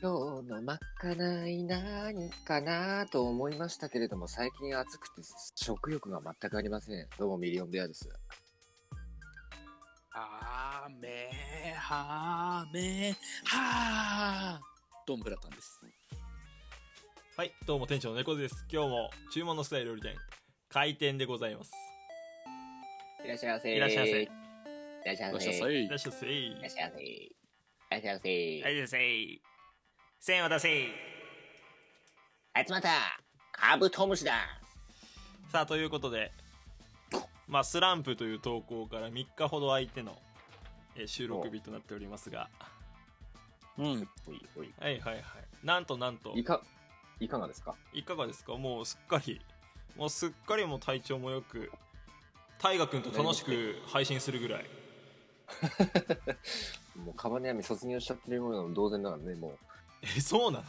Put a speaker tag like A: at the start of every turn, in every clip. A: 今日のまかない何かなと思いましたけれども、最近暑くて食欲が全くありません。どうもミリオンベアです。
B: あーめーはーめーはーどんぶらたんです。
C: はい、どうも店長の猫背です。今日も注文の少ない料理店、開店でございます。
A: いらっしゃいませ。
C: いらっしゃいませ
A: いらっしゃいま
B: どうした
A: せ。
B: さ
A: い
B: い
C: いらっしゃいませい
A: らっしゃいませ。いらっしゃいませ。
D: はい、ですい。線を出せい。
A: あいつまた、カブトムシだ。
C: さあ、ということで、まあ、スランプという投稿から3日ほど空いての、えー収録日となっておりますが、
B: うん。
A: おいおい。
C: はいはいはい。なんとなんと
A: い、か、いかがですか
C: いかがですかもうすっかり、もうすっかりもう体調も良く、大河君と楽しく配信するぐらい。
A: もう、カバネアミ卒業しちゃってるもの同然だからね、 も
C: え、そうな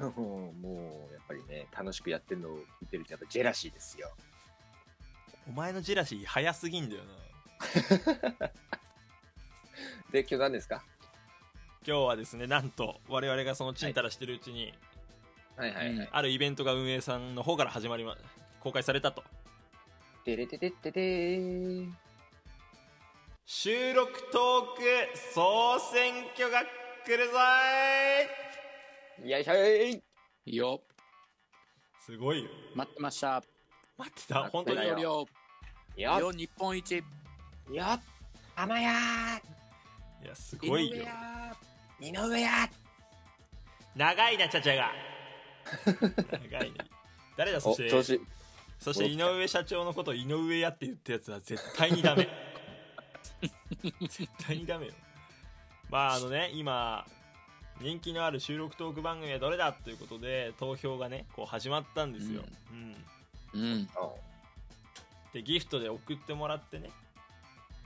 C: の
A: う。もう、やっぱりね、楽しくやってるのを見てると、やっぱジェラシーですよ。
C: お前のジェラシー早すぎんだよな。
A: で、今日何ですか
C: 今日はですね、なんと、我々がそのチンタラしてるうちに、
A: はいは
B: う
A: い
B: ん
A: はい。
C: あるイベントが運営さんの方から始まりま公開されたと
A: てれててっててー。
C: 収録トーク総選挙が来るぞ
A: よいしょい
B: いいよ。
C: ーいすごいよ
B: 待ってました。
C: 待ってた
A: 待ってたよ
C: 本当
A: そう
C: に
A: だ
B: 料理を。
A: よ
B: よ、日本一。
A: っよっ浜や
C: いやすごい
B: 井上
C: よ
B: や
A: ー井上や
C: 長いなちゃちゃが長いね誰だそ
A: お、
C: して
A: 調子、
C: そして井上社長のことを井上やって言ったやつは絶対にダ メ絶対にダメよまああのね今人気のある収録トーク番組はどれだということで投票がねこう始まったんですよ、うん、
B: うん。
C: でギフトで送ってもらってね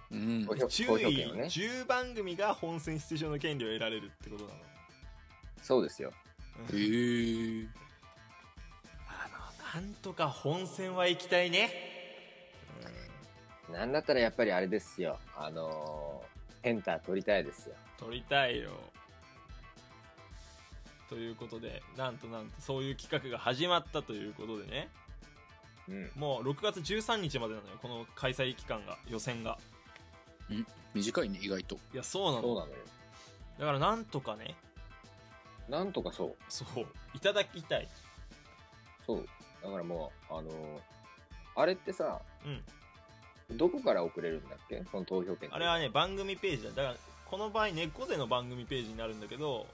B: うん
A: 投。票投
C: 10
A: 票
C: 位、
A: 権をね。
C: 10番組が本選出場の権利を得られるってことなの
A: そうですよ。
B: えー。
C: あのなんとか本選は行きたいね
A: なんだったらやっぱりあれですよ。あのー、ペンター取りたいですよ。
C: 取りたいよということでなんとなんとそういう企画が始まったということでね
A: うん。
C: もう6月13日までなのよこの開催期間が予選が
B: 短いね、意外と。
C: いやそうな
A: そう
C: の
A: なのよ。
C: だからなんとかね
A: なんとかそう。
C: そういただきたい
A: そう。だからもう、あのー、あれってさ、
C: うん
A: どこから送れるんだっけその投票権
C: あれはね番組ページだだからこの場合猫背の番組ページになるんだけど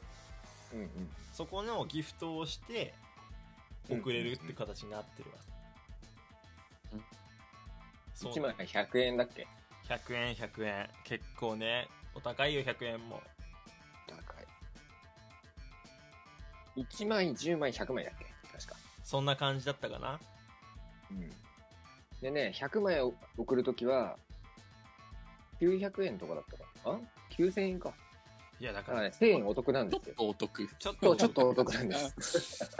A: うんうん。
C: そこのギフトをして送れるって形になってるわ、
B: うん
C: そう
A: 1枚100円だっけ
C: 100円100円結構ねお高いよ100円も
A: 高い。1枚、10枚、100枚だっけ確か。
C: そんな感じだったかな
A: でね、100枚を送るときは、900円とかだったかなあ ?9000 円か。
C: いやだ
A: だ
C: か
A: から
C: ら、
A: ね、1000円お得なん
B: ちょ
A: で
B: っ
A: すよ。
B: とお 得。
C: ちょ
A: そ
C: っと
A: う、ちょっとお得なんです。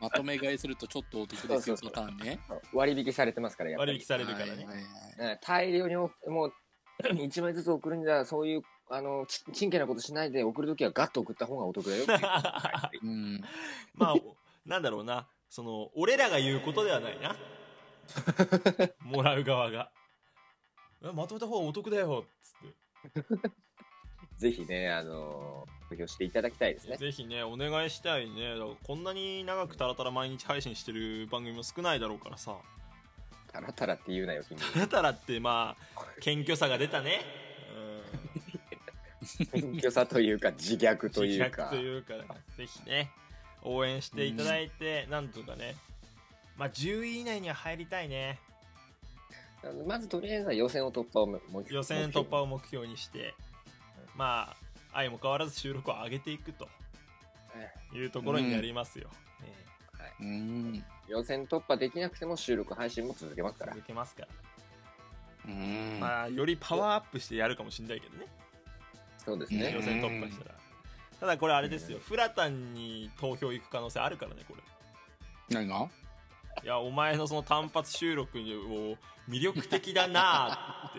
B: まとめ買いするとちょっとお得ですよ、そのターンね。
A: 割引されてますから、やっぱり。
C: 割引されるからね、
B: はいはいはい
A: ね大量にお、もう、1枚ずつ送るんじゃ、そういう、あの、ち、ちんけなことしないで送るときはガッと送った方がお得だよっていう。はい
B: うん。
C: まあおなんだろうなその俺らが言うことではない なもらう側がえまとめた方がお得だよっつって
A: ぜひね、あのー、投票していただきたいですね。
C: ぜひねお願いしたいねだからこんなに長くタラタラ毎日配信してる番組も少ないだろうからさ
A: タラタラって言うなよ、君。
C: タラタラってまあ謙虚さが出たね
A: 謙虚さというか、自虐
C: うん
A: という
C: 自
A: か
C: 虐と。いうかぜひね応援していただいて、なんとかねまあ10位以内には入りたいね
A: まずとりあえずは予選を突破をもう一
C: 予選突破を目標にしてまあ相も変わらず収録を上げていくというところになりますよ、え
B: うん。
A: 予選突破できなくても収録配信も続けます
C: え
A: から
C: 続けますから、
B: うん。
C: まあよりパワーアップしてやるかもしれないけどね
A: そうです
B: うん
C: 予
A: ね
C: 選突破したら、ただこれあれですよ、フラタンに投票行く可能性あるからねこれ
B: 何が
C: いやお前のその単発収録を魅力的だなっ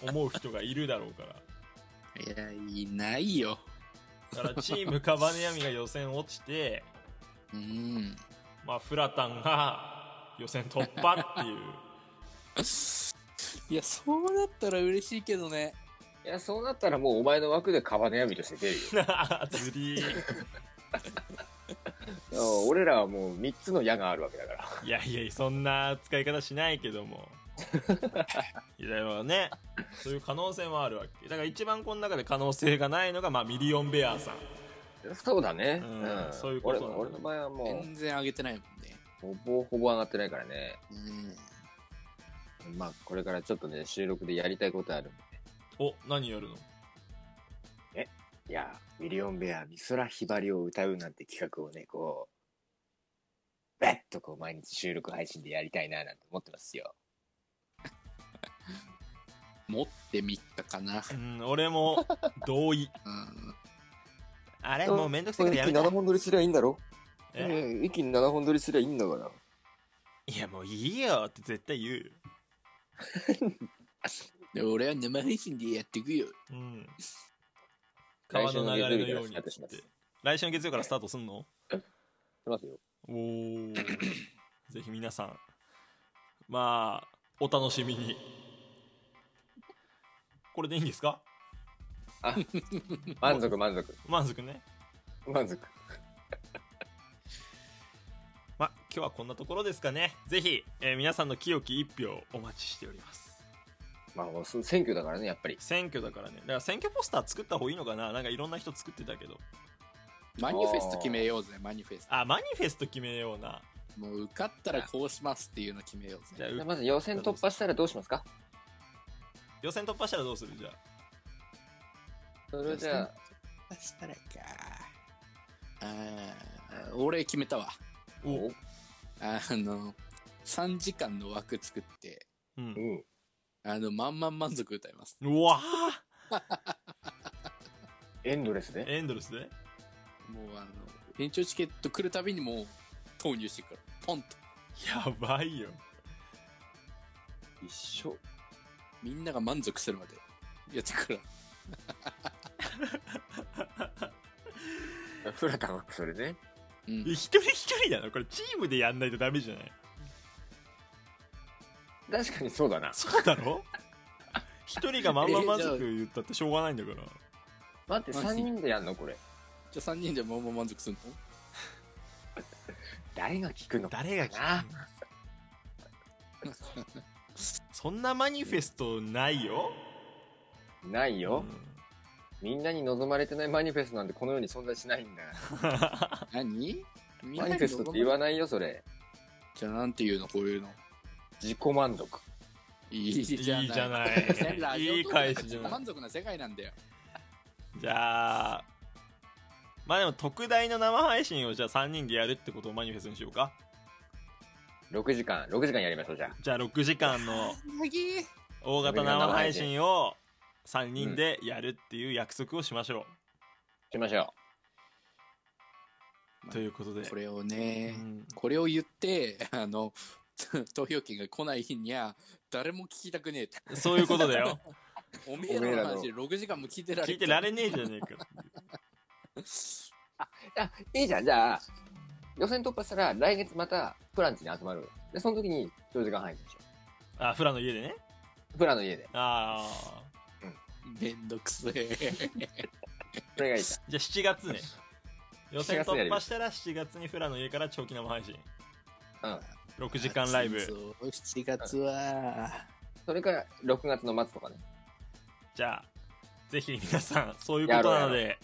C: て思う人がいるだろうから
B: いや、いないよ。
C: だからチームカバネヤミが予選落ちて、
B: うん。
C: まあ、フラタンが予選突破っていう。
B: いや、そうなったら嬉しいけどね。
A: いや、そうなったらもうお前の枠でカバネヤミとして出るよ。
C: ずりー
A: いや俺らはもう3つの矢があるわけだから。
C: いやいやいやそんな使い方しないけどもいやでもねそういう可能性もあるわけだから一番この中で可能性がないのが、まあ、ミリオンベアさん
A: そうだね。
C: うんそういうことなんだ
A: 俺俺の場合はも
B: 全然上げてないもんね。
A: う、ほぼほぼ上がってないからね。
B: うん。
A: まあ、これからちょっとね、収録でやりたいことある。
C: お何やるの
A: いや、ミリオンベア、美空ひばりを歌うなんて企画をね、こう、べっとこう毎日収録配信でやりたいななんて思ってますよ。
B: 持ってみたかな。
C: うん俺も同 意
B: うん。
C: あれもうめんどくせえからやめた
A: 本撮りすりゃいいんだろ
C: え
A: 一気に7本撮りすりゃいいんだから。
C: いやもういいよって絶対言うよ
B: で俺は生配信でやっていくよ。
C: うん川の流れのようにっ
A: 来週の
C: つっ
A: 月曜日からスタートします
C: て来週の月曜からスタートすんの
A: し ますよ。
C: お ーぜひ皆さんまあお楽しみにこれでいいんですか
A: 満足満足。
C: 満足ね
A: 満足。
C: まあ今日はこんなところですかねぜひ、えー皆さんの清き一票をお待ちしております
A: まあもうそ選挙だからね、やっぱり。
C: 選挙だからねだから選挙ポスター作った方がいいのかななんかいろんな人作ってたけど
B: マニフェスト決めようぜ、マニフェス
C: あマニフェスト決めような
B: ト。もう受かったらこうしますっていうの決めよう
C: じ
B: ぜ。
C: ゃあ
A: じゃあ
C: う
A: まず予選突破したらどうしますか
C: 予選突破したらどうするじゃあ
A: それじゃあ、
B: そしたらか。あー俺決めたわ。
C: お
A: お
B: あの、3時間の枠作って、
C: う
A: うんん。
B: あの、満々満足歌います。
C: うわ
A: エンドレス
C: ー
A: で
C: エンドレスで
B: もうあの、延長チケット来るたびにもう投入していくから、ポンと。
C: やばいよ
A: 一緒。
B: みんなが満足するまでやっていくから。
A: フラタンはそれね。
B: うん
C: 一人一人だなこれチームでやんないとダメじゃない
A: 確かにそうだな。
C: そうだろ一人がまんままずく言ったってしょうがないんだから
A: 待って、
B: マジ
A: 3人でやんのこれ。
B: じゃあ3人でもう満足するの
A: 誰が聞くの
C: 誰が聞
A: な
C: くの そんなマニフェストないよ、
A: ないよ、
C: う
A: みんなに望まれてないマニフェストなんてこの世に存在しないんだ
B: 何みん
A: マ
B: な
A: ニ
B: に
A: フェストって言わないよそれ
B: じゃあなんて言うのこういうの。
A: 自己満足
B: いい
C: ん
B: じゃない
C: いいじゃないいい返しじゃない
B: 満足な世界なんだよ。
C: じゃあまあでも特大の生配信をじゃあ3人でやるってことをマニフェストにしようか
A: 6時間6時間やりましょうじゃあ
C: じゃあ6時間の
B: なぎ
C: 大型生配信を3人でやるっていう約束をしましょ
A: しましょ
C: うということで
B: これを
C: う
B: ね、
C: ん
B: これを言って、あの、 投票権が来ない日には誰も聞きたくねえと。
C: そういうことだよ
B: おめえ
A: おめえ
B: ら
A: ら
B: の
A: の
B: 話6時間も聞いてられ
C: 聞いてられねえじゃねえか
A: うあいいじゃんじゃあ予選突破したら来月またプランチに集まるでその時に長時間配信しよ
C: あフラの家でね
A: うプラの家で
C: ああ
B: めんどくせえ。
A: それがいい じ
C: じゃあ7月ね予選突破したら7月にフラの家から長期生配信
A: ゃんうん
C: 6時間ライブ
B: そう7月は、
A: それから6月の末とかね
C: じゃあぜひ皆さんそういうことなの
A: や
C: で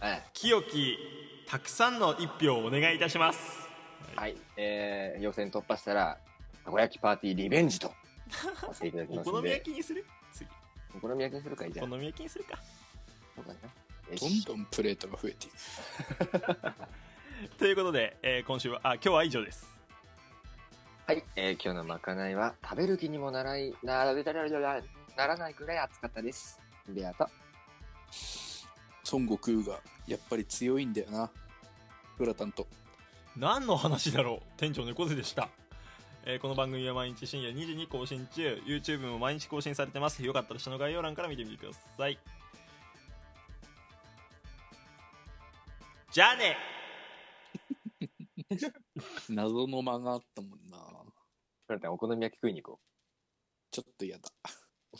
A: はい、
C: 清きたくさんの一票をお願いいたします
A: はい、えー、予選突破したらたこ焼きパーティーリベンジ とさせていただき
C: お
A: ます
C: 好
A: ん
C: み
A: で
C: 焼きにする次
A: お好み焼きにするかいいじゃ
C: お
A: ん
C: 好み焼きにするか
A: そうかなよ
B: どん
A: し
B: どんプレートが増えていく。
C: ということで、えー今週はあ今日は以上です
A: はい、えー今日のまかないは食べる気にもならいならならなならないくらい暑かったです。ベアと
B: 孫悟空がやっぱり強いんだよな。フラタンと。
C: 何の話だろう店長猫背でした、えーこの番組は毎日深夜2時に更新中 YouTube も毎日更新されてますよかったら下の概要欄から見てみてくださいじゃあね
B: 謎の間があったもんな。
A: それだったらお好み焼き食いに行こ
B: ちょっと嫌だ。
A: う。